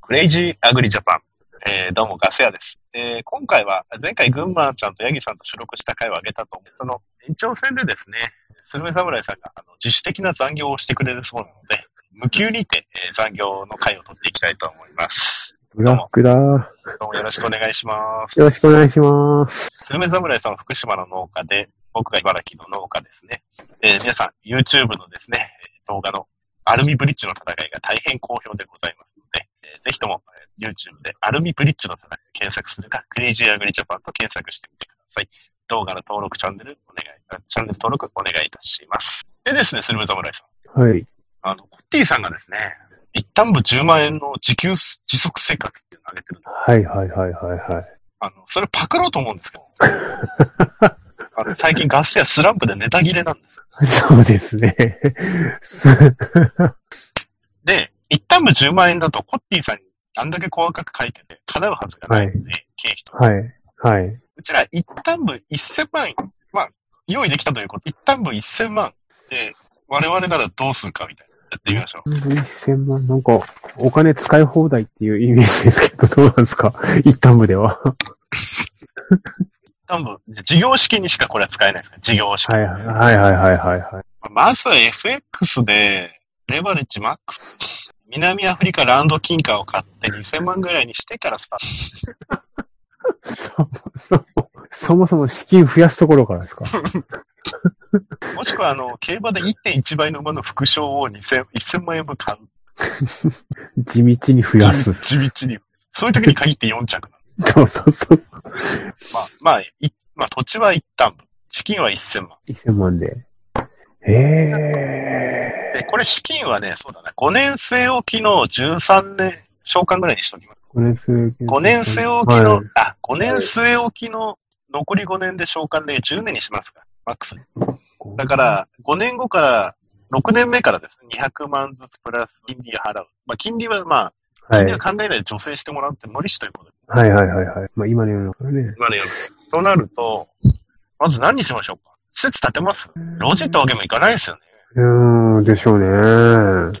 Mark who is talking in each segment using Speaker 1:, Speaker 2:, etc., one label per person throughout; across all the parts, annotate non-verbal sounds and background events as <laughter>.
Speaker 1: クレイジーアグリジャパン。えーどうも、ガス屋です。えー今回は、前回、群馬ちゃんとヤギさんと収録した回を挙げたと思う。その延長戦でですね、スルメ侍さんがあの自主的な残業をしてくれるそうなので、無給にて、えー残業の回を取っていきたいと思います。
Speaker 2: ブラックだ。よ
Speaker 1: どうもよろしくお願いします。
Speaker 2: ろしくお願いします。
Speaker 1: スルメ侍さんは福島の農家で、僕が茨城の農家ですね。えー皆さん、YouTube のですね、えー動画のアルミブリッジの戦いが大変好評でございますので、えーぜひともえー YouTube でアルミブリッジの戦いを検索するか、クレイジーアグリジャパンと検索してみてください。動画の登録、チャンネル、お願い、あチャンネル登録お願いいたします。でですね、スルメ侍さん。
Speaker 2: はい。
Speaker 1: あの、コッティさんがですね、一旦部10万円の時給自足生活っていうのを上げてるんです
Speaker 2: はいはいはいはいはい。
Speaker 1: あの、それパクろうと思うんですけど。 <laughs> あの最近ガスやスランプでネタ切れなんですよ。
Speaker 2: <laughs> そうですね。す
Speaker 1: で、一旦も10万円だとコッティさんにあんだけ細かく書いてて、叶うはずがないので、経費と。
Speaker 2: はい。はい。
Speaker 1: うちら一旦分1000万、まあ、用意できたということ、一旦分1000万で、我々ならどうするかみたいな。やってみましょう。
Speaker 2: 1000万、なんか、お金使い放題っていうイメージですけど、どうなんですか一旦部では。
Speaker 1: 一旦分、事業資金にしかこれは使えないですから、事業資金。
Speaker 2: はいはいはいはいはいはい。
Speaker 1: まずは FX で、レバレッジマックス。南アフリカランド金貨を買って2000万ぐらいにしてからスタート。
Speaker 2: そもそも、そもそも資金増やすところからですか
Speaker 1: <laughs> もしくは、あの、競馬で1.1倍の馬の副賞を2000 1000万円分買う。
Speaker 2: 地道に増やす。
Speaker 1: 地道に。そういう時に限って4着なの。
Speaker 2: そうそうそう。
Speaker 1: まあ、まあ、いまあ、土地は一旦分。資金は1000万。
Speaker 2: 1000万で。へえ。
Speaker 1: で、これ資金はね、そうだな。5年生おきの13年、償還ぐらいにしときます。
Speaker 2: 5年生。
Speaker 1: 5年生おきの
Speaker 2: はい、
Speaker 1: あ、5年生おきの残り5年で償還で10年にしますか。マックス。だから、5年後から、6年目からですね、200万ずつプラス金利を払う。まあ、金利はまあ、
Speaker 2: は
Speaker 1: 金
Speaker 2: い
Speaker 1: 利は考えないで助成してもらうって無理しということで
Speaker 2: はいはいはいはい。まあ今の世の中ね。
Speaker 1: 今のように。となると、まず何にしましょうか施設建てますロジってわけにもいかないですよね。
Speaker 2: うーん、でしょうね。は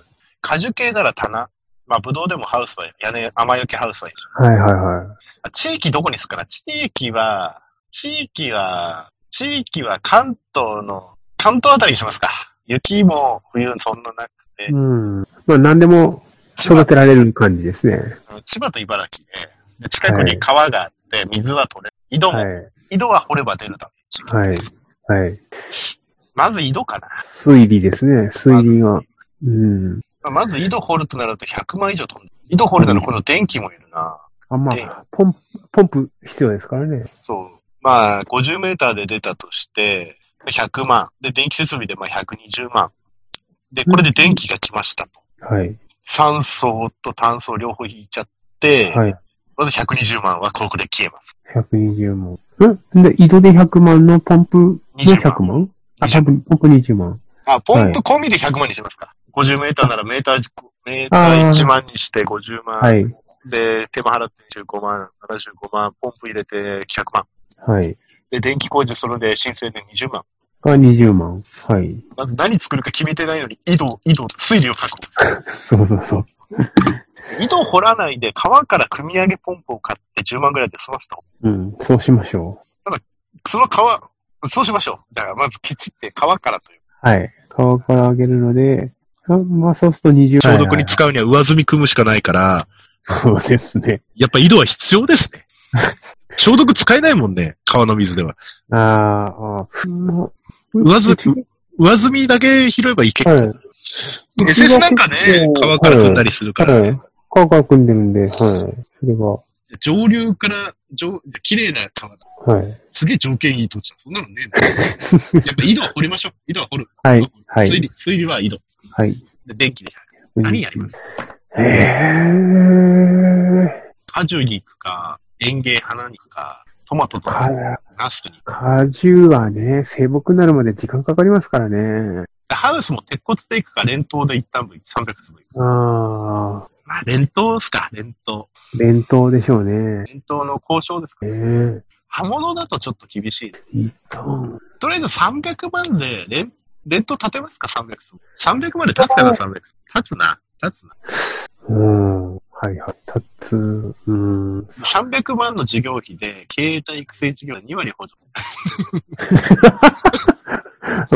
Speaker 1: 果樹系なら棚。まあ、ブドウでもハウスは、屋根、雨よけハウスはいいし
Speaker 2: いはいは
Speaker 1: あ地域どこにするかな地域は、地域は、地域は関東の、関東あたりにしますか。雪も冬そんななくて
Speaker 2: い。う、ん。まあ何でも
Speaker 1: 千葉
Speaker 2: 育てられる感じですね。
Speaker 1: 千葉と茨城で、で近くに川があって、水は取れる。井戸も、
Speaker 2: はい。
Speaker 1: 井戸は掘れば出るだろうし
Speaker 2: はい。はい。
Speaker 1: まず井戸かな。
Speaker 2: 推理ですね。推理が。うん。
Speaker 1: まあまず井戸掘るとなると100万以上飛んでる。井戸掘るならこの電気もいるな。
Speaker 2: あ、ま
Speaker 1: で
Speaker 2: あ、ポンプ、ポンプ必要ですからね。
Speaker 1: そう。まあ、50メーターで出たとして、100万。で、電気設備でまあ120万。で、これで電気が来ましたと。
Speaker 2: はい。
Speaker 1: 酸素と炭素両方引いちゃって、
Speaker 2: はい。
Speaker 1: まず120万はここで消えます。
Speaker 2: 120万。んで、井戸で100万のポンプで100万あ、
Speaker 1: 20
Speaker 2: ポンプ、ポンプ20万。
Speaker 1: あ、ポンプ込みで100万にしますか。50メーターならメーター、メーター1万にして50万。
Speaker 2: はい。
Speaker 1: で、手間払って15万、75万、ポンプ入れて100万。
Speaker 2: はい。
Speaker 1: で、電気工事それで申請で20万。
Speaker 2: が20万。はい。
Speaker 1: まず何作るか決めてないのに、井戸、井戸、水流を確保。
Speaker 2: そうそうそう。
Speaker 1: 井戸を掘らないで川から汲み上げポンプを買って10万ぐらいで済ますと。
Speaker 2: うん。そうしましょ
Speaker 1: その川、そうしましょう。だからまずケチって川からという。
Speaker 2: う。はい。川からあげるので、あまあそうすると20万。
Speaker 1: 使うには上積み組むしかないから、
Speaker 2: そうですね。
Speaker 1: やっぱ井戸は必要です <laughs> ね。消毒使えないもんね、川の水では。
Speaker 2: あーあー、
Speaker 3: 上積
Speaker 2: み。
Speaker 3: 上積みだけ拾えばいいけど、
Speaker 2: はい。
Speaker 3: SS なんかね、川から踏んだりするから、
Speaker 2: はい。川から組んでるんで、はい。それは、
Speaker 3: 上流から、上、綺麗な川だ。
Speaker 2: はい。
Speaker 3: すげえ条件いい土地だ。そんなのねえんだよ。やっぱ井戸は掘りましょう。井戸は掘る。
Speaker 2: はい。は
Speaker 3: 水
Speaker 2: い。
Speaker 3: 利、水利は井戸。
Speaker 2: はい。
Speaker 3: で、電気で。何やります
Speaker 2: へえ。
Speaker 1: 果樹に行くか、園芸花に行くか、トマトと
Speaker 2: か
Speaker 1: か、、ナスに行く
Speaker 2: 果樹はね、生木になるまで時間かかりますからね。
Speaker 1: か。ハウスも鉄骨で行くか、連投で一旦分300粒行く。
Speaker 2: ああ、
Speaker 1: まあ、連投ですか、連投。
Speaker 2: 弁当でしょうね。
Speaker 1: 連投の交渉ですか
Speaker 2: ええ
Speaker 1: ね。刃物だとちょっと厳しい。
Speaker 2: いいと。
Speaker 1: とりあえず300万で、連、連投立てますか、300粒。300まで立つかな、300。立つな、立つな。
Speaker 2: うん。ははいはい。たつ、うーん。
Speaker 4: 300万の事業費で、経営体育成事業の2割補助。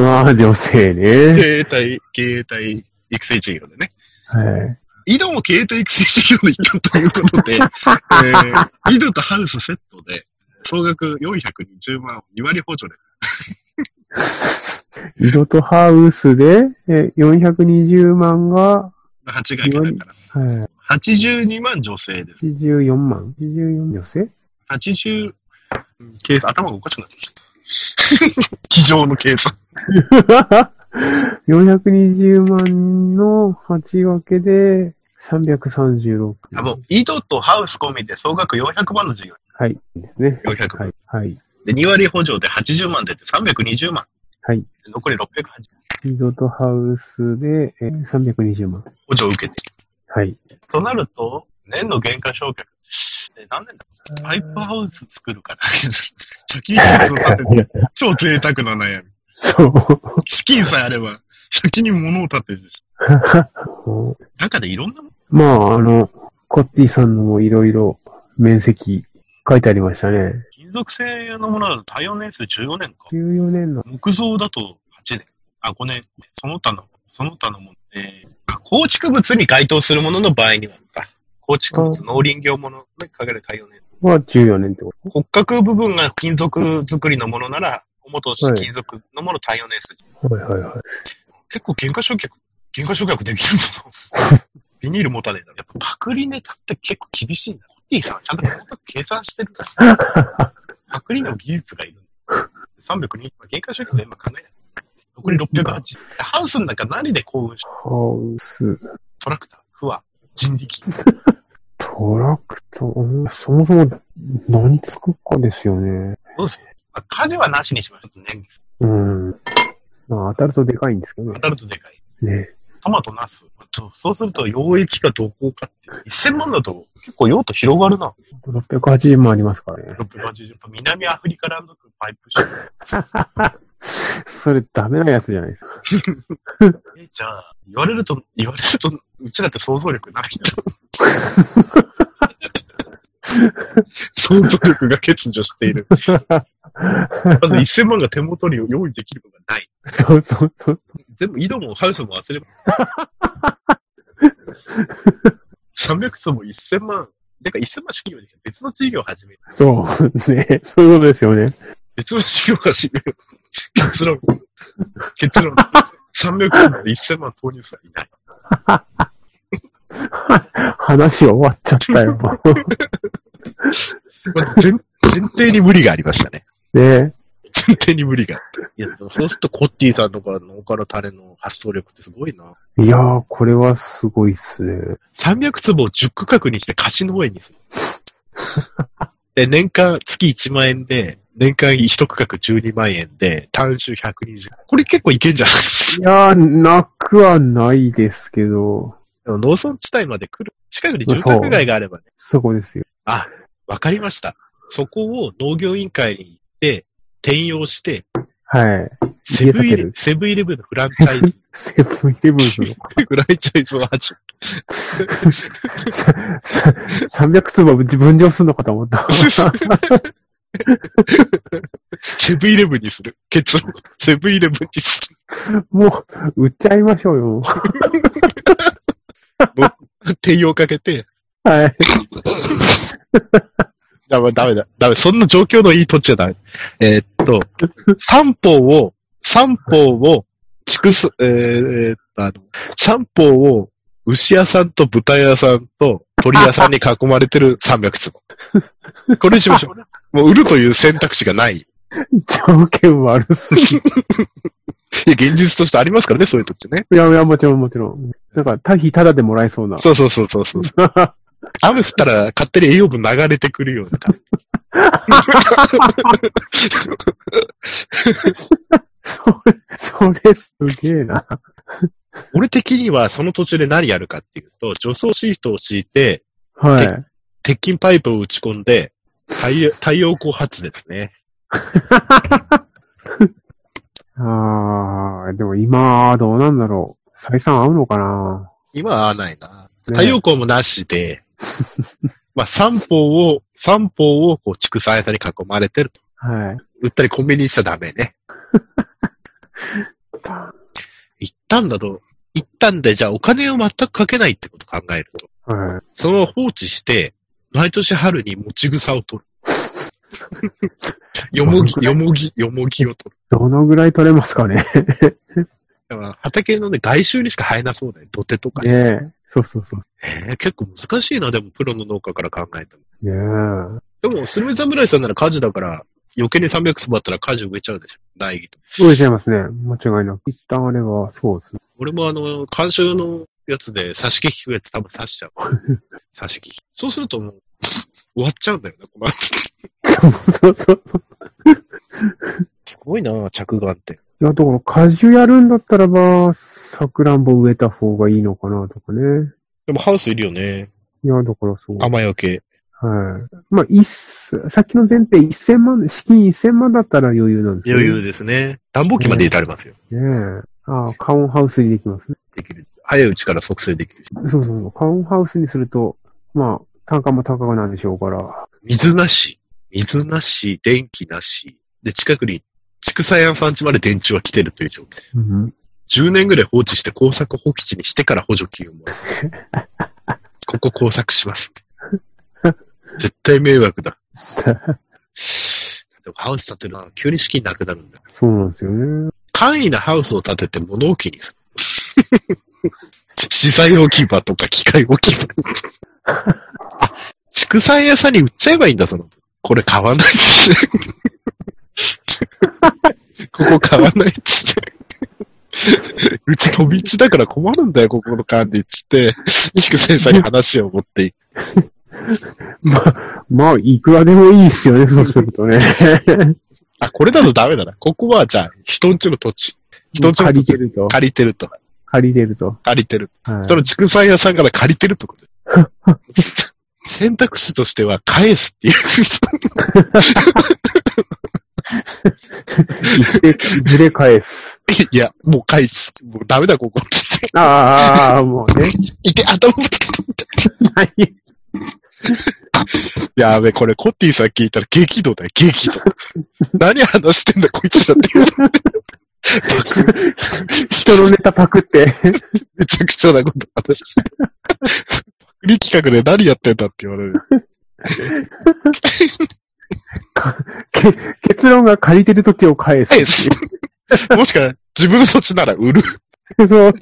Speaker 2: まあ、女性ね。
Speaker 1: 携帯、携帯育成事業でね。
Speaker 2: はい。
Speaker 1: 井戸も携帯育成事業の一環ということ
Speaker 2: <laughs>
Speaker 1: で、えー、井戸とハウスセットで、総額420万を2割補助で、
Speaker 2: 井戸とハウスで、え、420万が、
Speaker 1: 8がだから、
Speaker 2: は
Speaker 1: 82万女性です。
Speaker 2: い、84万。84女性 <laughs>
Speaker 1: 80、うん計算、頭がおかしくなってきた。 <laughs> 机上の計算。
Speaker 2: 420万の8分けで336。
Speaker 4: あもう、井戸とハウス込みで総額400万の事業
Speaker 2: はい。ですね。
Speaker 4: 400
Speaker 2: はい。はい。
Speaker 4: で、2割補助で80万出て320万。
Speaker 2: はい。
Speaker 4: 残り680
Speaker 2: リゾートハウスでえー320万。
Speaker 4: 補助を受けて。
Speaker 2: はい。
Speaker 4: となると、年の減価償却。え、何年だパ
Speaker 2: <laughs>
Speaker 4: イプハウス作るから。 <laughs>
Speaker 1: 先に施設を建てて、超贅沢な悩み。
Speaker 2: そう。 <laughs>
Speaker 1: 資金さえあれば、先に物を建てるし。中でいろんなもの
Speaker 2: まあ、あの、コッティさんのもいろいろ面積書いてありましたね。
Speaker 4: 金属製のものだと耐用年数14年か。
Speaker 2: 14年の。
Speaker 4: 木造だと8年。あ、5年。その他の、その他のもの。えーあ構築物に該当するものの場合にはか。構築物、農林業ものに限る耐用年数。
Speaker 2: は14年ってこと
Speaker 4: 骨格部分が金属作りのものなら、元として金属のもの耐用年数。
Speaker 2: はいはいはい。
Speaker 4: 結構原価償却、原価償却できるんだな。ビニール持たねえだろ。やっぱパクリネタって結構厳しいんだ。コッティさんはちゃんと細かく計算してるんだ。パクリの技術がいる。302、まあ原価償却で今考えない。残り608。ハウスの中何で幸運した
Speaker 2: ハウス、
Speaker 4: トラクター、不和、人力。
Speaker 2: トラクト、うんそもそも何作るかですよね。
Speaker 4: まあ、家事はなしにしましょう。ちょっと年月
Speaker 2: うん。まあ、当たるとでかいんですけど
Speaker 4: 当たるとでかい。
Speaker 2: ね。
Speaker 4: トマト、ナス。とそうすると、溶液がどこかって。1000万だと結構用途広がるな。
Speaker 2: 680万ありますからね。
Speaker 4: 680。南アフリカランド区パイプショー。
Speaker 2: それダメなやつじゃないですか。
Speaker 4: え、じゃあ、言われると、言われると、うちらって想像力ないんだ。
Speaker 1: 想像力が欠如している。まず1000万が手元に用意できることがない。
Speaker 2: そうそうそう。
Speaker 1: 全部井戸もハウスも忘れ300坪1000万。だから1000万資金をできた別の事業を始める。
Speaker 2: そう。ね。そういうことですよね。
Speaker 1: 別の事業を始める。結論。結論。300坪で1000万投入すらいない。
Speaker 2: 話終わっちゃった <laughs> よ。
Speaker 1: まず前前提に無理がありましたね。
Speaker 2: ね。
Speaker 1: 前提に無理があった。いや、でもそうするとコッティさんとか農家のタレの発想力ってすごいな。
Speaker 2: いやー、これはすごいっすね。
Speaker 1: 300坪を10区画にして貸し農園に <laughs> する。で、年間、月1万円で、年間1区画12万円で、単種120。これ結構いけんじゃないです
Speaker 2: いやー、なくはないですけど、
Speaker 1: か。でも農村地帯まで来る、近くに住宅街があればね。
Speaker 2: そこですよ。
Speaker 1: あ、わかりました。そこを農業委員会に行って、転用して、
Speaker 2: はい。
Speaker 1: セブンイ
Speaker 2: 家建て
Speaker 1: レ
Speaker 2: る
Speaker 1: セブンイレブンのフランチャイ <laughs> ズ、
Speaker 2: <laughs> セブンイレブンズの
Speaker 1: フランチャイズを始め
Speaker 2: ささ300坪自分量すんのかと思った。
Speaker 1: <laughs> セブンイレブンにする。結論。セブンイレブンにする。
Speaker 2: もう、売っちゃいましょうよ。
Speaker 1: 転用かけて、
Speaker 2: はい。
Speaker 1: だめ、ダメだ。ダメ。そんな状況のいい土地じゃない。えーっと、三方を、三方を、畜す、えーえーっと、あの、三方を、牛屋さんと豚屋さんと鳥屋さんに囲まれてる300坪。これにしましょう。もう売るという選択肢がない。い
Speaker 2: 条件悪すぎ。い
Speaker 1: や、現実としてありますからね、そういう土地ね。
Speaker 2: やいや、もちろんもちろん。なんか、たひただでもらえそうな。
Speaker 1: そうそうそうそうそう。雨降ったら勝手に栄養分流れてくるような感じ。
Speaker 2: <laughs> それ、それすげえな。
Speaker 1: 俺的にはその土地で何やるかっていうと、除草シートを敷いて、
Speaker 2: はい。
Speaker 1: 鉄筋パイプを打ち込んで、太陽太陽光発電ですね。
Speaker 2: ああ、でも今、どうなんだろう。採算合うのかな
Speaker 1: 今は合わないな。
Speaker 2: ね
Speaker 1: 太陽光もなしで、まあ、三方を、三方を、こう、畜産屋さんに囲まれてると。
Speaker 2: はい。
Speaker 1: 売ったりコンビニにしちゃダメね。一旦だと、一旦で、じゃあお金を全くかけないってこと考えると。
Speaker 2: はい。
Speaker 1: そのまま放置して、毎年春に持ち草を取る。よ <laughs> もぎ、よもぎ、よもぎを取る。
Speaker 2: どのぐらい取れますかね
Speaker 1: だから畑のね、外周にしか生えなそうだよ。土手とか。
Speaker 2: ねえ。そうそうそう。
Speaker 1: えー結構難しいな、でもプロの農家から考えても。
Speaker 2: ねえ。
Speaker 1: でも、スルメ侍さんなら果樹だから、余計に300坪あったら果樹植えちゃうでしょ。苗木と。
Speaker 2: 動いちゃいますね。間違いなく。一旦あれは、そうですね。
Speaker 1: 俺もあの、監修のやつで挿し木引くやつ多分刺しち <laughs> ゃう。挿し木。そうするともう、終わっちゃうんだよね、この後。
Speaker 2: そうそうそう。
Speaker 1: すごいな着眼って。
Speaker 2: いや、だから、果樹やるんだったらば、さくらんぼ植えた方がいいのかなとかね。
Speaker 1: でもハウスいるよね。
Speaker 2: いや、だからそう。
Speaker 1: 雨よけ。
Speaker 2: はい。まあ、一す、さっきの前提1000万、資金1000万だったら余裕なんです
Speaker 1: 余裕ですね。暖房機まで入れられますよ。
Speaker 2: 裕。ねえ。ああ、カウンハウスにできますね。
Speaker 1: できる。早いうちから促成できるし。
Speaker 2: そうそうそう。カウンハウスにすると、まあ、単価も高くなるでしょうから。
Speaker 1: 水なし。水なし、電気なし。で、近くに、畜産屋さん家まで電柱は来てるという状況。
Speaker 2: <laughs> うん。
Speaker 1: 10年ぐらい放置して工作放棄地にしてから補助金をもらう。ここ工作しますって。絶対迷惑だ。でもハウス建てるのは急に資金なくなるんだ。
Speaker 2: そうなんですよね。
Speaker 1: 簡易なハウスを建てて物置にする。 <laughs> 資材置き場とか機械置き
Speaker 2: <laughs>
Speaker 1: 場。畜産屋さんに売っちゃえばいいんだ、その。これ買わないっつ
Speaker 2: <laughs>
Speaker 1: って。ここ買わないっつって。うち飛び地だから困るんだよ、ここの管理っつって。畜産屋さんに話を持っていく。
Speaker 2: まあ、まあ、いくらでもいいっす <laughs> よね、そうするとね。
Speaker 1: あ、これだとダメだな。ここはじゃあ、人んちの土地。人んちの
Speaker 2: 借
Speaker 1: 土地
Speaker 2: りてると。
Speaker 1: 借りてると。
Speaker 2: 借りてると。
Speaker 1: 借りてる。
Speaker 2: はい。
Speaker 1: その畜産屋さんから借りてるって
Speaker 2: <laughs>
Speaker 1: こと。選択肢としては返すっていう。
Speaker 2: 一定ずれ返す。
Speaker 1: いや、もう返す。もうダメだ、ここ。つって。
Speaker 2: ああ、もうね。 <laughs>
Speaker 1: いて、頭ぶつけて。やべ、これコッティさん聞いたら激怒だよ、激
Speaker 2: <laughs>
Speaker 1: 怒。何話してんだ、こいつらって <laughs> いう。
Speaker 2: 人のネタパクって。
Speaker 1: めちゃくちゃなこと話して。パクリ企画で何やってんだって言われる。
Speaker 2: け結論が借りてる時を返す。
Speaker 1: 返
Speaker 2: <laughs>
Speaker 1: す。もしか、自分の土地なら売る。
Speaker 2: そう。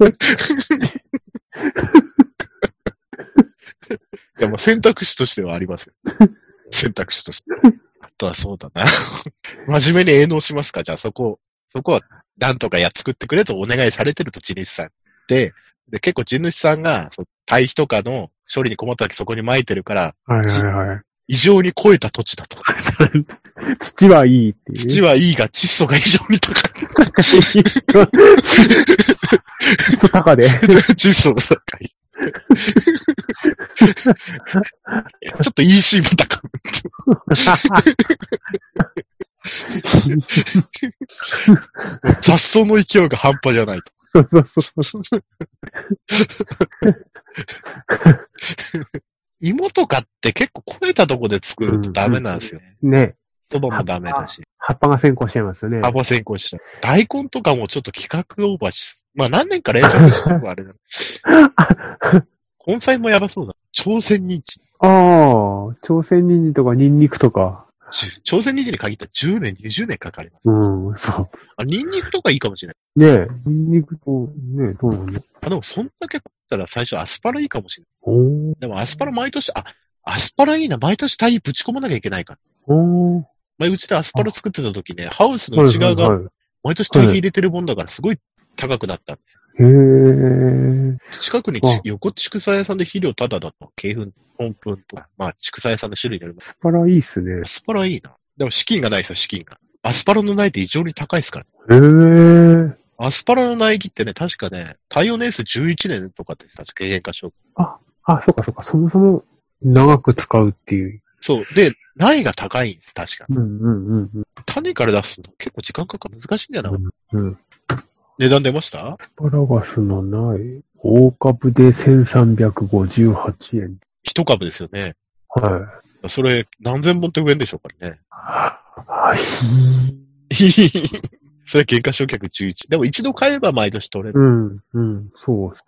Speaker 1: いや、まあ選択肢としてはありますよ。選択肢として。あとはそうだな。 <laughs> 真面目に営農しますかじゃあそこ、そこは、なんとかや、作ってくれとお願いされてると、地主さん。で、で結構地主さんが、そう堆肥とかの処理に困った時そこに撒いてるから、
Speaker 2: はいはいはい。
Speaker 1: 異常に肥えた土地だと。
Speaker 2: 土はいいっていう。
Speaker 1: 土はいいが、窒素が異常に高い。
Speaker 2: ちょっと高で。
Speaker 1: 窒素が高い。ちょっと EC も高い。雑草の勢いが半端じゃないと。
Speaker 2: そうそうそう。
Speaker 1: 芋とかって結構肥えたとこで作るとダメなんですよ。
Speaker 2: ね。
Speaker 1: そばもダメだし。
Speaker 2: 葉っぱが先行しちゃいますよね。
Speaker 1: 幅先行しちゃう。大根とかもちょっと規格オーバーし、まあ何年か連続してるのはあれだ。根菜もやばそうだ。朝鮮人参。
Speaker 2: ああ、朝鮮人参とかニンニクとか。
Speaker 1: じゅ朝鮮人参に限ったら10年、20年かかります。
Speaker 2: うん、そ
Speaker 1: あ、ニンニクとかいいかもしれない。
Speaker 2: う。ねえ、ニンニクと、ねえ、どうなの
Speaker 1: あ、でもそんだけ食ったら最初アスパラいいかもしれない。
Speaker 2: おー
Speaker 1: でもアスパラ毎年、あ、アスパラいいな、毎年タイぶち込まなきゃいけないから。
Speaker 2: おー
Speaker 1: 前うちでアスパラ作ってた時ね、ハウスの
Speaker 2: はい
Speaker 1: 内
Speaker 2: は
Speaker 1: 側
Speaker 2: い
Speaker 1: が
Speaker 2: はい。
Speaker 1: 毎年堆肥入れてるもんだからすごい高くなった。
Speaker 2: へえ。
Speaker 1: 近くに
Speaker 2: あ
Speaker 1: 横畜産屋さんで肥料タダだと、鶏粉、本粉とか、まあ畜産屋さんの種類によります。
Speaker 2: スパラいいっすね
Speaker 1: ア。スパラいいな。でも資金がないですよ、資金が。アスパラの苗って異常に高いですから。
Speaker 2: へえ。
Speaker 1: アスパラの苗木ってね、確かね、耐用年数11年とかって確か経験化しよう。
Speaker 2: あ、そうかそうか。そもそも長く使うっていう。
Speaker 1: そう。で、苗が高いんです、確か。
Speaker 2: うんうんうん
Speaker 1: 種から出すの結構時間かかる。難しいんじゃない、
Speaker 2: うん。うん。
Speaker 1: 値段出ました
Speaker 2: スパラガスのない、大株で1358円。
Speaker 1: 一株ですよね。
Speaker 2: は
Speaker 1: それ、何千本って植えんでしょうからね。 <laughs>
Speaker 2: い。はい。
Speaker 1: それ、原価償却11。でも一度買えば毎年取れる。
Speaker 2: うん、うん、そうです。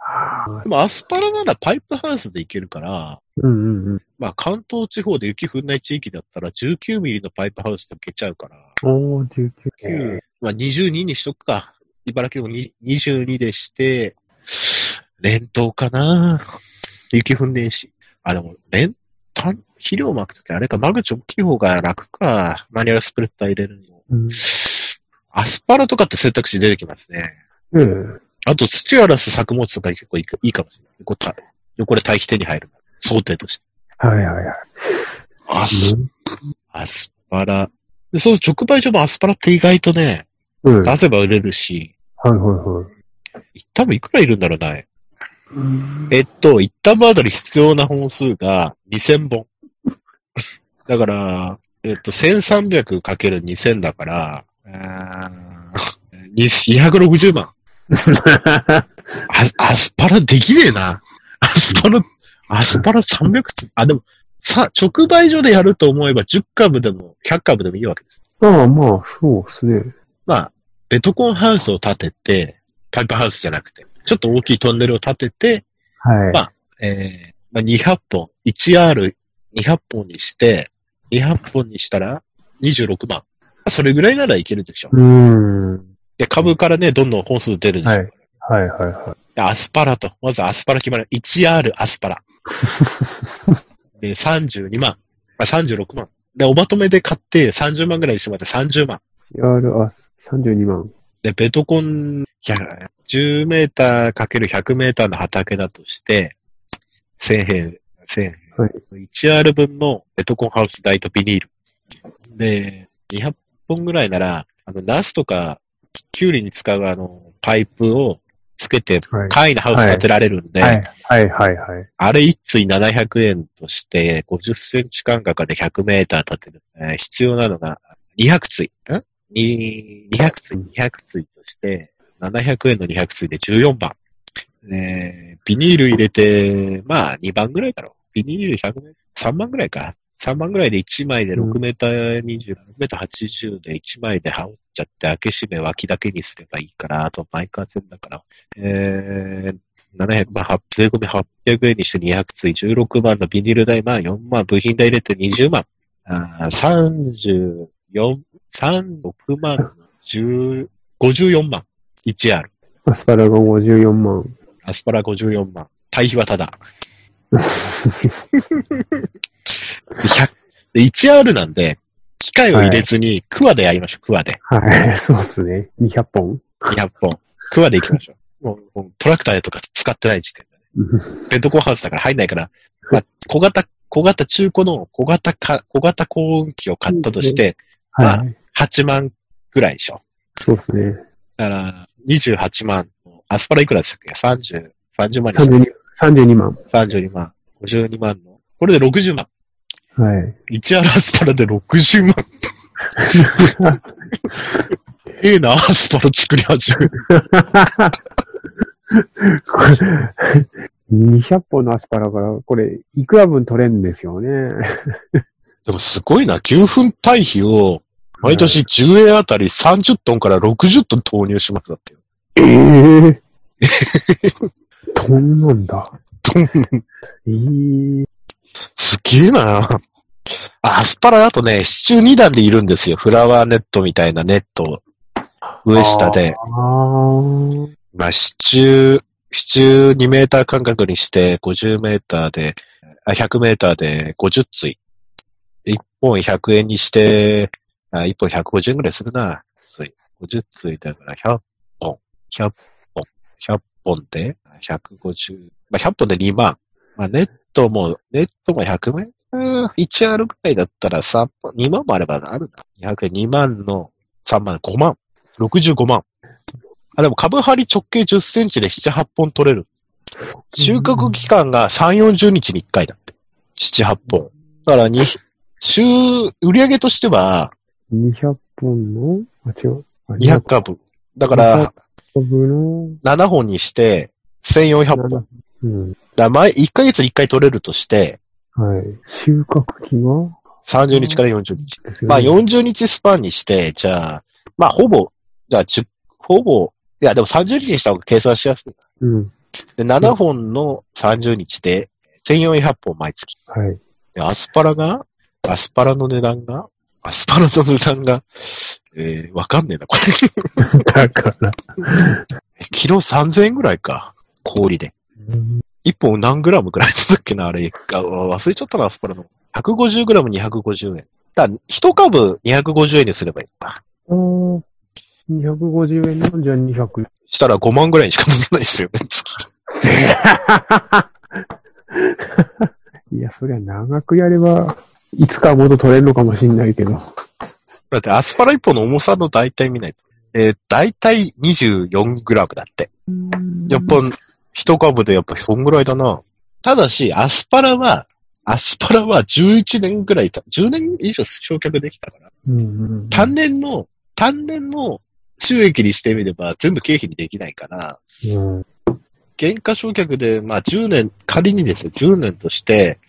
Speaker 1: でもアスパラならパイプハウスでいけるから、
Speaker 2: うん、うん、うん。
Speaker 1: まあ関東地方で雪降んない地域だったら19ミリのパイプハウスでいけちゃうから、
Speaker 2: おー、19
Speaker 1: う。んまあ22にしとくか。茨城でもに22でして、連投かな雪踏んでんし。あ、でも、連、単、肥料巻くときあれか、間口大きい方が楽か。マニュアルスプレッダー入れるにも。
Speaker 2: うん。
Speaker 1: アスパラとかって選択肢出てきますね。
Speaker 2: ええ
Speaker 1: あと、土荒らす作物とか結構いいかいいかもしれない。これた、これ対比手に入る。想定として。
Speaker 2: はいはいはい。
Speaker 1: アス、アスパラ。で、そうすると直売所もアスパラって意外とね、
Speaker 2: うん。は
Speaker 1: 出
Speaker 2: い
Speaker 1: せば売れるし、
Speaker 2: はいはい
Speaker 1: 多分いくらいるんだろうな。。
Speaker 2: うん
Speaker 1: えっと、一旦あたり必要な本数が2000本。 <laughs> だから、えっと、1300×2000 だから、あーに260万。あアスパラできねえな。アスパラ、アスパラ300つ、あ、でも、さ、直売所でやると思えば10株でも100株でもいいわけです。
Speaker 2: <laughs> まあまあ、そうですね。
Speaker 1: まあ、ベトコンハウスを建てて、パイプハウスじゃなくて、ちょっと大きいトンネルを建てて、
Speaker 2: はい。
Speaker 1: まあえー、まあ、200本、1R200 本にして、200本にしたら26万。それぐらいならいけるでしょ。
Speaker 2: うーん。
Speaker 1: で、株からね、どんどん本数出るでしょ。
Speaker 2: はい。はいはいは
Speaker 1: でアスパラと。まずアスパラ決まる。1R アスパラ。で、32万。まあ、36万。で、おまとめで買って30万ぐらいにしてもらって30万。
Speaker 2: い。CRS32 万。
Speaker 1: で、ベトコン、いや10メーターかける100メーターの畑だとして、1000平、1000
Speaker 2: はい
Speaker 1: 平。1R 分のベトコンハウス代とビニール。で、200本ぐらいなら、あの、ナスとか、キュウリに使うあの、パイプをつけて、
Speaker 2: はい。
Speaker 1: 簡易なハウス建てられるんで、
Speaker 2: はいはいはいはい。
Speaker 1: あれ1対700円として、50センチ間隔で100メーター立てる。えー必要なのが、200対。んに ?200 対、200対として、700円の200対で14番。えービニール入れて、まあ2番ぐらいだろう。ビニール100メーター、3番ぐらいか。3番ぐらいで1枚で6メーター20、6メーター80で1枚で羽織っちゃって、開け閉め脇だけにすればいいから、あとマイカー線だから。えー、700、まあ、8税込み800円にして200つい16万のビニール代、まあ4万、部品代入れて20万。あー34、36万、10 54万。1R。
Speaker 2: アスパラが54万。 <laughs>
Speaker 1: アスパラ54万。対比はただ。100で 1R なんで、機械を入れずに、クワでやりましょう、クワで。
Speaker 2: はい。そうですね。200本。
Speaker 1: 200本。クワで行きましょう。もうもうトラクターとか使ってない時点で。ベッドコンハウスだから入んないから、まあ小型、小型中古の小型か、小型耕運機を買ったとして、
Speaker 2: はい。
Speaker 1: 8万ぐらいでしょ。
Speaker 2: そうですね。
Speaker 1: だから、28万。アスパラいくらでしたっけ ?30、30万にし
Speaker 2: 32、32万。
Speaker 1: た。32万。52万の。これで60万。
Speaker 2: はい。
Speaker 1: 1アラスパラで60万。ええな、アスパラ作り始める。
Speaker 2: これ、200本のアスパラから、これ、いくら分取れんですよね。
Speaker 1: でもすごいな、牛糞堆肥を、毎年10円あたり30トンから60トン投入しますだって。
Speaker 2: ええとんなんだ。
Speaker 1: トン
Speaker 2: ええ
Speaker 1: すげえな。アスパラだとね、支柱2段でいるんですよ。フラワーネットみたいなネットを上下で。
Speaker 2: あー
Speaker 1: まあ、支柱、支柱2メーター間隔にして、50メーターで、あ100メーターで50対。1本100円にして、あ1本150円ぐらいするな。対50対だから100本。100本。100本で、150。まあ、100本で2万。まあ、ネットも、ネットも100メーター、1R ぐらいだったら3万、2万もあればあるな。200円、2万の3万、5万。65万。あ、でも株張り直径10センチで7、8本取れる。収穫期間が3、40日に1回だって。7、8本。だからに、週、売り上げとしては
Speaker 2: 200本のあ、違う。あ
Speaker 1: 200。株。だから、
Speaker 2: 株の、
Speaker 1: 7本にして、1400本。だか
Speaker 2: うん。
Speaker 1: ら前、1ヶ月に1回取れるとして、
Speaker 2: はい。収穫期が
Speaker 1: 30日から40日。
Speaker 2: ですよね
Speaker 1: まあ40日スパンにして、じゃあ、まあほぼ、じゃあ10、ほぼ、いやでも30日にした方が計算しやすい。
Speaker 2: うん。
Speaker 1: で、7本の30日で、1400本毎月。
Speaker 2: はい。
Speaker 1: でアスパラが、アスパラの値段が、アスパラの値段が、えー、わかんねえな、これ。 <laughs>
Speaker 2: だから。
Speaker 1: キロ3000円ぐらいか。氷で。
Speaker 2: うん
Speaker 1: 1本何グラムぐらいだったっけな、あれ。あ忘れちゃったな、アスパラの。150グラム250円。だから、1株250円にすればいいのか。
Speaker 2: おー250円なんじゃ200円。
Speaker 1: したら5万ぐらいにしかならないですよね、 <laughs> 月。
Speaker 2: いや、そりゃ長くやれば、いつかは元取れるのかもしんないけど。
Speaker 1: だってアスパラ1本の重さの大体見ないと。えー、大体24グラムだって。やっぱ、一株でやっぱそんぐらいだな。ただし、アスパラは、アスパラは11年ぐらいた、10年以上焼却できたから、
Speaker 2: うんうん。
Speaker 1: 単年の、単年の収益にしてみれば全部経費にできないから、
Speaker 2: うん。
Speaker 1: 原価焼却で、まあ10年、仮にですよ、10年として、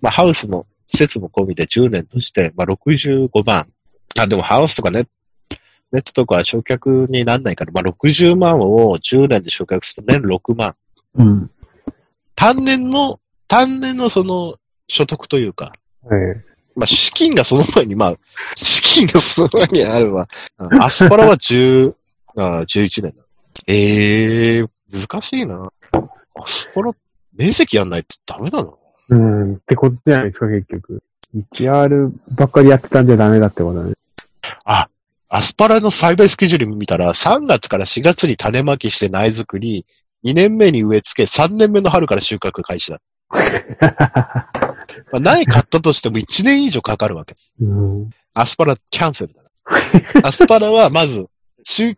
Speaker 1: まあハウスの施設も込みで10年として、まあ65万。あ、でもハウスとかネネットとかは焼却になんないから、まあ60万を10年で焼却すると年6万。
Speaker 2: うん。
Speaker 1: 単年の、単年のその所得というか、
Speaker 2: はい。
Speaker 1: まあ資金がその前に、まあ、資金がその前にあるわ。うんアスパラは10、あ11年だ。ええー、難しいな。アスパラ、面積やんないとダメだな。
Speaker 2: うん。ってことじゃないですか、結局。1R ばっかりやってたんじゃダメだってことだね。
Speaker 1: あ、アスパラの栽培スケジュール見たら、3月から4月に種まきして苗作り、2年目に植え付け、3年目の春から収穫開始だ。まあ、苗買ったとしても1年以上かかるわけ。
Speaker 2: うん。
Speaker 1: アスパラキャンセルだな。アスパラはまず、収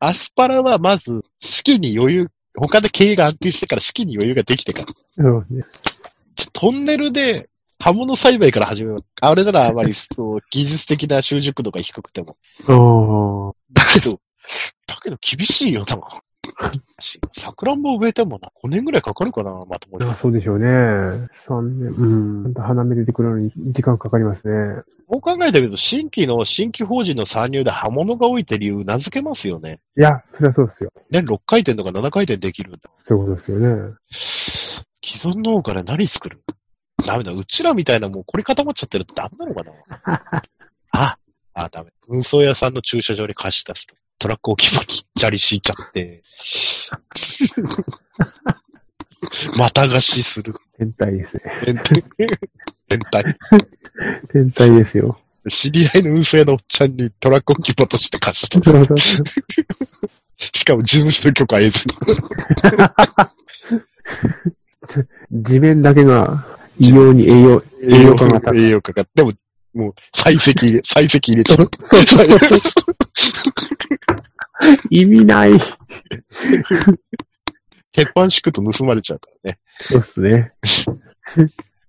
Speaker 1: アスパラはまず、資金に余裕、他で経営が安定してから資金に余裕ができてから。
Speaker 2: そうです
Speaker 1: トンネルで刃物栽培から始める。あれならあまりそう技術的な習熟度が低くても。
Speaker 2: ね。ああ。
Speaker 1: だけど、だけど厳しいよ、多分。さくらんぼ植えてもな、5年ぐらいかかるかな、まともに
Speaker 2: あ。そうでしょうね。3年。うん。なんと花芽出てくるのに時間かかりますね。
Speaker 1: そう考えたけど、新規の、新規法人の参入で刃物が多いって理由、名付けますよね。
Speaker 2: いや、そりゃそうですよ。
Speaker 1: 年6回転とか7回転できるんだ。
Speaker 2: そういうことですよね。
Speaker 1: 既存農家で何作るダメだ。うちらみたいなもう凝り固まっちゃってるとダメなのかな
Speaker 2: <laughs>
Speaker 1: あ、あ、ダメ。運送屋さんの駐車場に貸し出すと。トラック置き場に砂利敷いちゃ
Speaker 2: <laughs>
Speaker 1: って。また貸しする。
Speaker 2: 天体ですね。 <laughs>
Speaker 1: 変態。変態。
Speaker 2: 天体ですよ。 <laughs>
Speaker 1: 知り合いの運送屋のおっちゃんにトラック置き場として貸し出す。
Speaker 2: そうそうそう
Speaker 1: しかも地主の許可得ずに。
Speaker 2: 地面だけが異様に栄養、栄養価が高い。
Speaker 1: 栄養価が。でも、もう、採石入れ、採石入れちゃう。
Speaker 2: そうそうそう。意味ない。
Speaker 1: <laughs> 鉄板敷くと盗まれちゃうからね。
Speaker 2: そうっすね。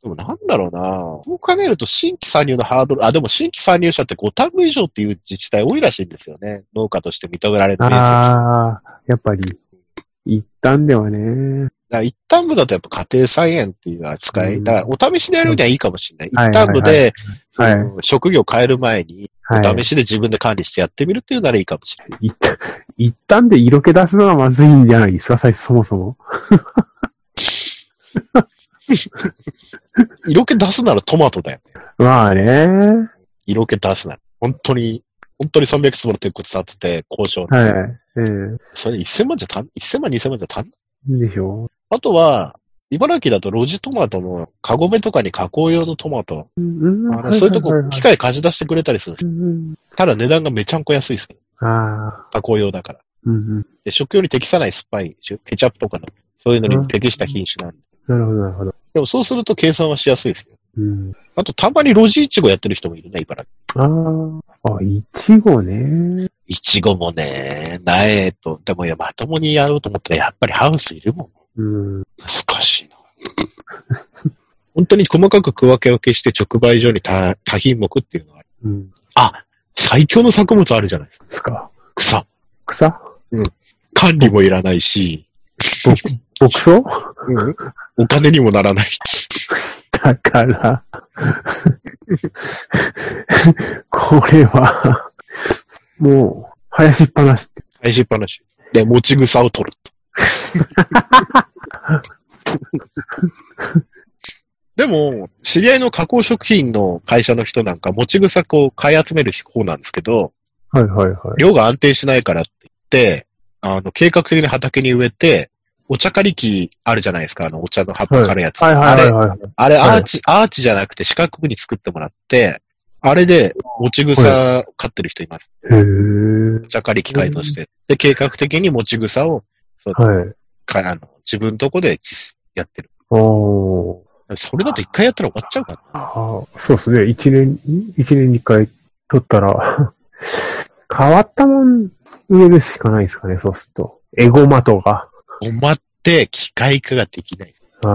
Speaker 1: でもなんだろうなそう考えると新規参入のハードル、あ、でも新規参入者って5株以上っていう自治体多いらしいんですよね。農家として認められて。
Speaker 2: ああ、やっぱり、一旦ではね。
Speaker 1: だから一旦部だとやっぱ家庭菜園っていう扱い。
Speaker 2: うん
Speaker 1: だからお試しでやるにはいいかもしれない。
Speaker 2: はい
Speaker 1: 一旦部で、
Speaker 2: はい
Speaker 1: その職業変える前に、
Speaker 2: はい。
Speaker 1: お試しで自分で管理してやってみるっていうならいいかもしれない。
Speaker 2: 一旦、一旦で色気出すのはまずいんじゃないですか、最初そもそも。
Speaker 1: 色気出すならトマトだよね。
Speaker 2: まあね。
Speaker 1: 色気出すなら。本当に、本当に300坪の鉄骨立ってて、交渉。
Speaker 2: はい。ええ
Speaker 1: それ1000万じゃ足ん、1000万2000万じゃ足んない
Speaker 2: いいでしょ
Speaker 1: あとは、茨城だと路地トマトのカゴメとかに加工用のトマト。
Speaker 2: う。うん
Speaker 1: あのそういうとこ、機械
Speaker 2: 械。
Speaker 1: 貸し出してくれたりするんです
Speaker 2: う
Speaker 1: よ
Speaker 2: ん
Speaker 1: ただ値段がめちゃんこ安いですよ。
Speaker 2: うんああ。
Speaker 1: 加工用だから。
Speaker 2: うんうん。
Speaker 1: で、食用に適さない酸っぱい、ケチャップとかの、そういうのに適した品種なんで。
Speaker 2: なるほど、なるほど。
Speaker 1: でもそうすると計算はしやすいですよ。
Speaker 2: うん。
Speaker 1: あと、たまに路地イチゴやってる人もいるね、茨城。
Speaker 2: ああ。あ、いちごね。
Speaker 1: イチゴもね、苗と、でもいや、まともにやろうと思ったら、やっぱりハウスいるもん。
Speaker 2: うん。
Speaker 1: 難しい <laughs> な。本当に細かく区分け分けして直売所に多多品目っていうのは
Speaker 2: うん。
Speaker 1: あ、最強の作物あるじゃないですか。
Speaker 2: つか。
Speaker 1: 草。
Speaker 2: 草
Speaker 1: 管理もいらないし、
Speaker 2: 牧草
Speaker 1: お金にもならない。
Speaker 2: だから、 <laughs> これは、もう、生やしっぱなしって。
Speaker 1: 返しっぱなし。で、持ち草を取
Speaker 2: <laughs>
Speaker 1: ると。でも、知り合いの加工食品の会社の人なんか、持ち草こう買い集める方なんですけど、
Speaker 2: はいはいはい。
Speaker 1: 量が安定しないからって言って、あの、計画的に畑に植えて、お茶刈り機あるじゃないですか、あの、お茶の葉っぱ刈るやつ。
Speaker 2: はいは
Speaker 1: あ
Speaker 2: い
Speaker 1: れ
Speaker 2: はい、はい。
Speaker 1: あれ、
Speaker 2: はい
Speaker 1: アーチ、アーチじゃなくて四角に作ってもらって、あれで、持ち草飼ってる人います。
Speaker 2: へー
Speaker 1: お茶刈り機械として。で、計画的に持ち草を
Speaker 2: はい。
Speaker 1: かあの自分のとこで実やってる。
Speaker 2: おー。
Speaker 1: それだと一回やったら終わっちゃうから。
Speaker 2: ああそうですね。一年、一年に一回取ったら、 <laughs> 変わったもん植えるしかないですかね、そうすると。エゴマとか。
Speaker 1: 止まって機械化ができない。
Speaker 2: あ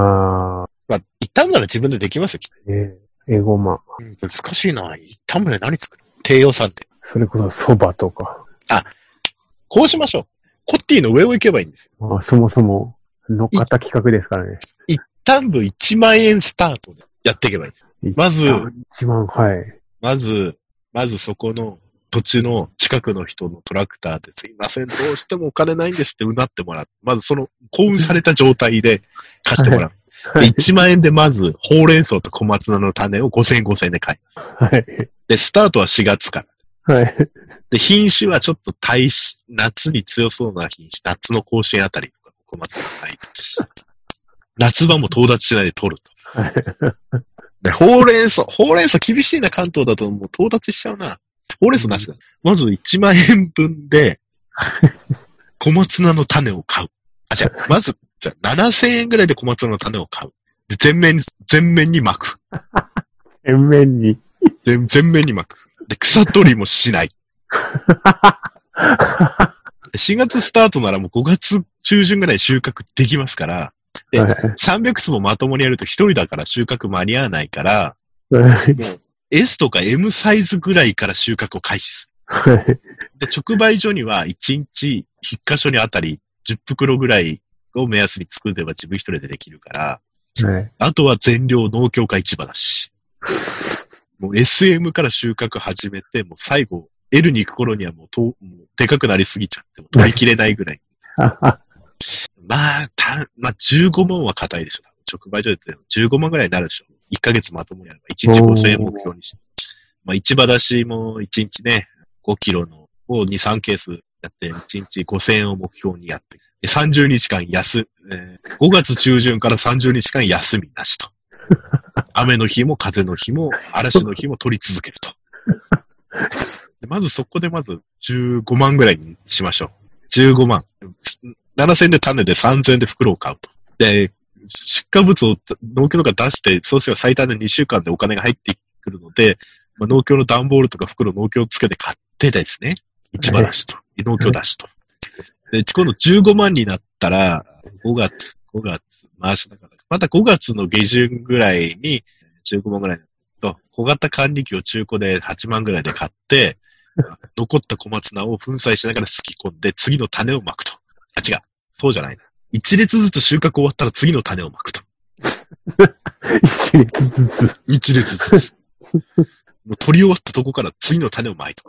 Speaker 2: あ、
Speaker 1: まあ、痛むなら自分でできますよ。きっと
Speaker 2: ねエゴマ。
Speaker 1: うん難しいな。痛むで何作る低予算で。
Speaker 2: それこそ蕎麦とか。
Speaker 1: こうしましょう。コッティの上を行けばいいんですよ。
Speaker 2: まあ、そもそも乗っかった企画ですからね。
Speaker 1: 痛む1万円スタートでやっていけばいいんですよ。まず
Speaker 2: あ一番、はい。
Speaker 1: まず、まずそこの土地の近くの人のトラクターですいません、どうしてもお金ないんですってうなってもらう。まずその、幸運された状態で貸してもらう。
Speaker 2: は
Speaker 1: で
Speaker 2: い。
Speaker 1: 1万円でまず、ほうれん草と小松菜の種を5000、5000円で買います。
Speaker 2: はい。
Speaker 1: で、スタートは4月から。
Speaker 2: はい。
Speaker 1: で、品種はちょっと大し、夏に強そうな品種、夏の甲子園あたりとか、小松菜 <laughs> の種。夏場も到達しないで取ると。で、ほうれん草、ほうれん草厳しいな、関東だともう到達しちゃうな。ほうれん草なしだ。まず1万円分で、小松菜の種を買う。あ、じゃあ、まず、じゃあ7000円ぐらいで小松菜の種を買う。で、全面に、全面に巻く。
Speaker 2: 全面に。
Speaker 1: で全面に巻く。で、草取りもしない。4月スタートならもう5月中旬ぐらい収穫できますから、で
Speaker 2: はい
Speaker 1: 300坪まともにやると1人だから収穫間に合わないから、
Speaker 2: はい。
Speaker 1: S とか M サイズぐらいから収穫を開始す
Speaker 2: はい。
Speaker 1: る。で、直売所には1日1箇所にあたり10袋ぐらいを目安に作れば自分一人でできるから、
Speaker 2: はい。
Speaker 1: あとは全量農協会市場だ
Speaker 2: <laughs>
Speaker 1: し。もう SM から収穫始めて、もう最後、L に行く頃にはもうともうでかくなりすぎちゃって、もう取りきれないぐらい。
Speaker 2: ああ
Speaker 1: まあ、た、まあ15万は硬いでしょ。直売所で15万ぐらいになるでしょ。1ヶ月まともにやれば、1日5000円目標にして。まあ市場出しも1日ね、5キロのを2、3ケースやって、1日5000円を目標にやって。で30日間休、えー5月中旬から30日間休みなしと。雨の日も風の日も嵐の日も取り続けると。でまずそこでまず15万ぐらいにしましょう。15万。7000円で種で3000円で袋を買うと。で、出荷物を農協とか出して、そうすれば最短で2週間でお金が入ってくるので、まあ、農協の段ボールとか袋農協つけて買ってですね。市場出しと。農協出しと。で、今度15万になったら、5月、5月、回しながら、また5月の下旬ぐらいに15万ぐらいと、小型管理機を中古で8万ぐらいで買って、残った小松菜を粉砕しながらすき込んで、次の種をまくと。あ、違う。そうじゃないな。一列ずつ収穫終わったら次の種をまくと。
Speaker 2: 一列ずつ。
Speaker 1: 一列ずつ。もう取り終わったとこから次の種をまいと。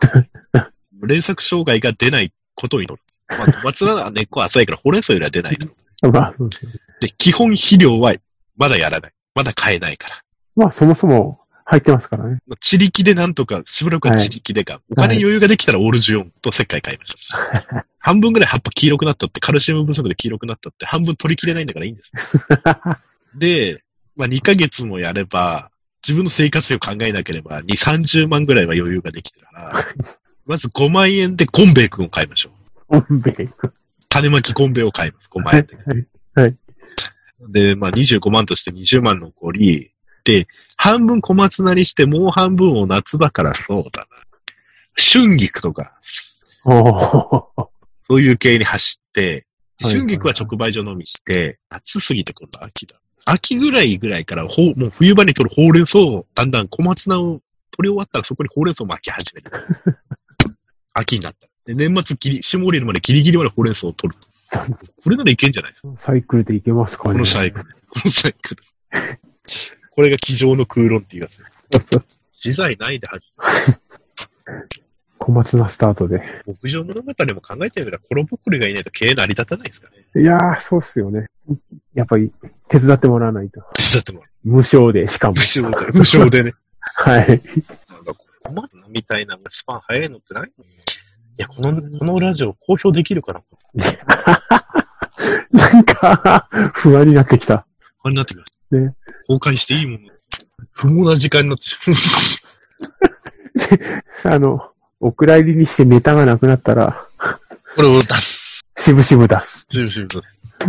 Speaker 1: 連作障害が出ないことを祈る。まあ、小松菜は根っこは浅いから、ほうれん草よりは出ないだろう。
Speaker 2: まあ、そうですね
Speaker 1: で、基本肥料はまだやらない。まだ買えないから。
Speaker 2: まあ、そもそも入ってますからね。
Speaker 1: まあ自力でなんとか、しばらくは自力でか、お金余裕ができたらオール14と石灰買いましょう。半分ぐらい葉っぱ黄色くなったって、カルシウム不足で黄色くなったって、半分取りきれないんだからいいんです。 <laughs> で、まあ2ヶ月もやれば、自分の生活費を考えなければ、2、30万ぐらいは余裕ができてる <laughs> から、まず5万円でゴンベイ君を買いましょう。
Speaker 2: おんべい。
Speaker 1: 種まきゴンベイを買います、5万円で。
Speaker 2: はい。
Speaker 1: で、まあ、25万として20万残り、で、半分小松菜にして、もう半分を夏場からそうだな。春菊とか、
Speaker 2: おー
Speaker 1: そういう系に走って、
Speaker 2: はい
Speaker 1: 春菊は直売所のみして、夏過ぎて今度秋だ。秋ぐらいぐらいから、ほう、もう冬場に取るほうれん草を、だんだん小松菜を取り終わったらそこにほうれん草を巻き始める。
Speaker 2: <laughs>
Speaker 1: 秋になった。で、年末ギリ、霜降りるまでギリギリまでほうれん草を取る。これならいけんじゃないですか
Speaker 2: サイクルでいけますかね。
Speaker 1: このサイクル。このサイクル。これが机上の空論っていうやつ。
Speaker 2: そうそう
Speaker 1: 資材ないで始
Speaker 2: 小松菜スタートで。
Speaker 1: める牧場物語も考えてみれば、コロボクリがいないと経営成り立たないですからね。
Speaker 2: いやー、そうっすよね。やっぱり、手伝ってもらわないと。
Speaker 1: だってもう、
Speaker 2: 無償で、しかも
Speaker 1: 無。償で、無償でね。
Speaker 2: はい。
Speaker 1: なんかここまでみたいなスパン早いのってないいや、この、このラジオ公表できるかなこ
Speaker 2: なんか、不安になってきた。
Speaker 1: れになってくる。
Speaker 2: ね
Speaker 1: 崩壊していいもの。不毛な時間になってしまう。
Speaker 2: あの、お蔵入りにしてネタがなくなったら、
Speaker 1: これを出 <laughs> す。
Speaker 2: しぶしぶ出す。
Speaker 1: シューシュー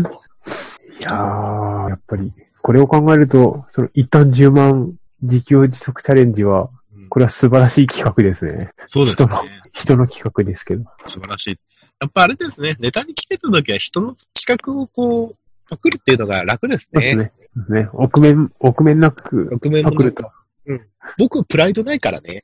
Speaker 1: 出す
Speaker 2: いやー、やっぱり、これを考えると、その、一旦10万自給自足チャレンジは、
Speaker 1: うん
Speaker 2: これは素晴らしい企画ですね。
Speaker 1: そうです
Speaker 2: 人の
Speaker 1: ね。、
Speaker 2: 人の企画ですけど。
Speaker 1: 素晴らしい。やっぱあれですね、ネタに切れた時は人の企画をこう、パクるっていうのが楽です
Speaker 2: そうです
Speaker 1: ね。
Speaker 2: ね。ね、臆面、臆面なく、
Speaker 1: 局面
Speaker 2: パ
Speaker 1: も
Speaker 2: クると。
Speaker 1: 僕、プライドないからね。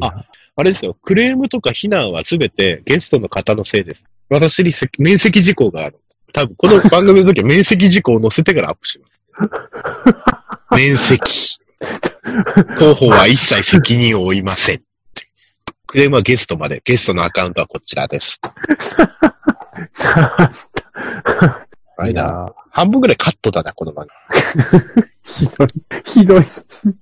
Speaker 1: ああれですよ、クレームとか非難はすべてゲストの方のせいです。私にせ面積事項がある。多分、この番組の時は面積事項を載せてからアップ
Speaker 2: <laughs>
Speaker 1: します。面積。広報は一切責任を負いません。クレームはゲストまで。ゲストのアカウントはこちらです。あれ
Speaker 2: いや
Speaker 1: だ。半分ぐらいカットだな、この番組。
Speaker 2: ーひどい、ひどい。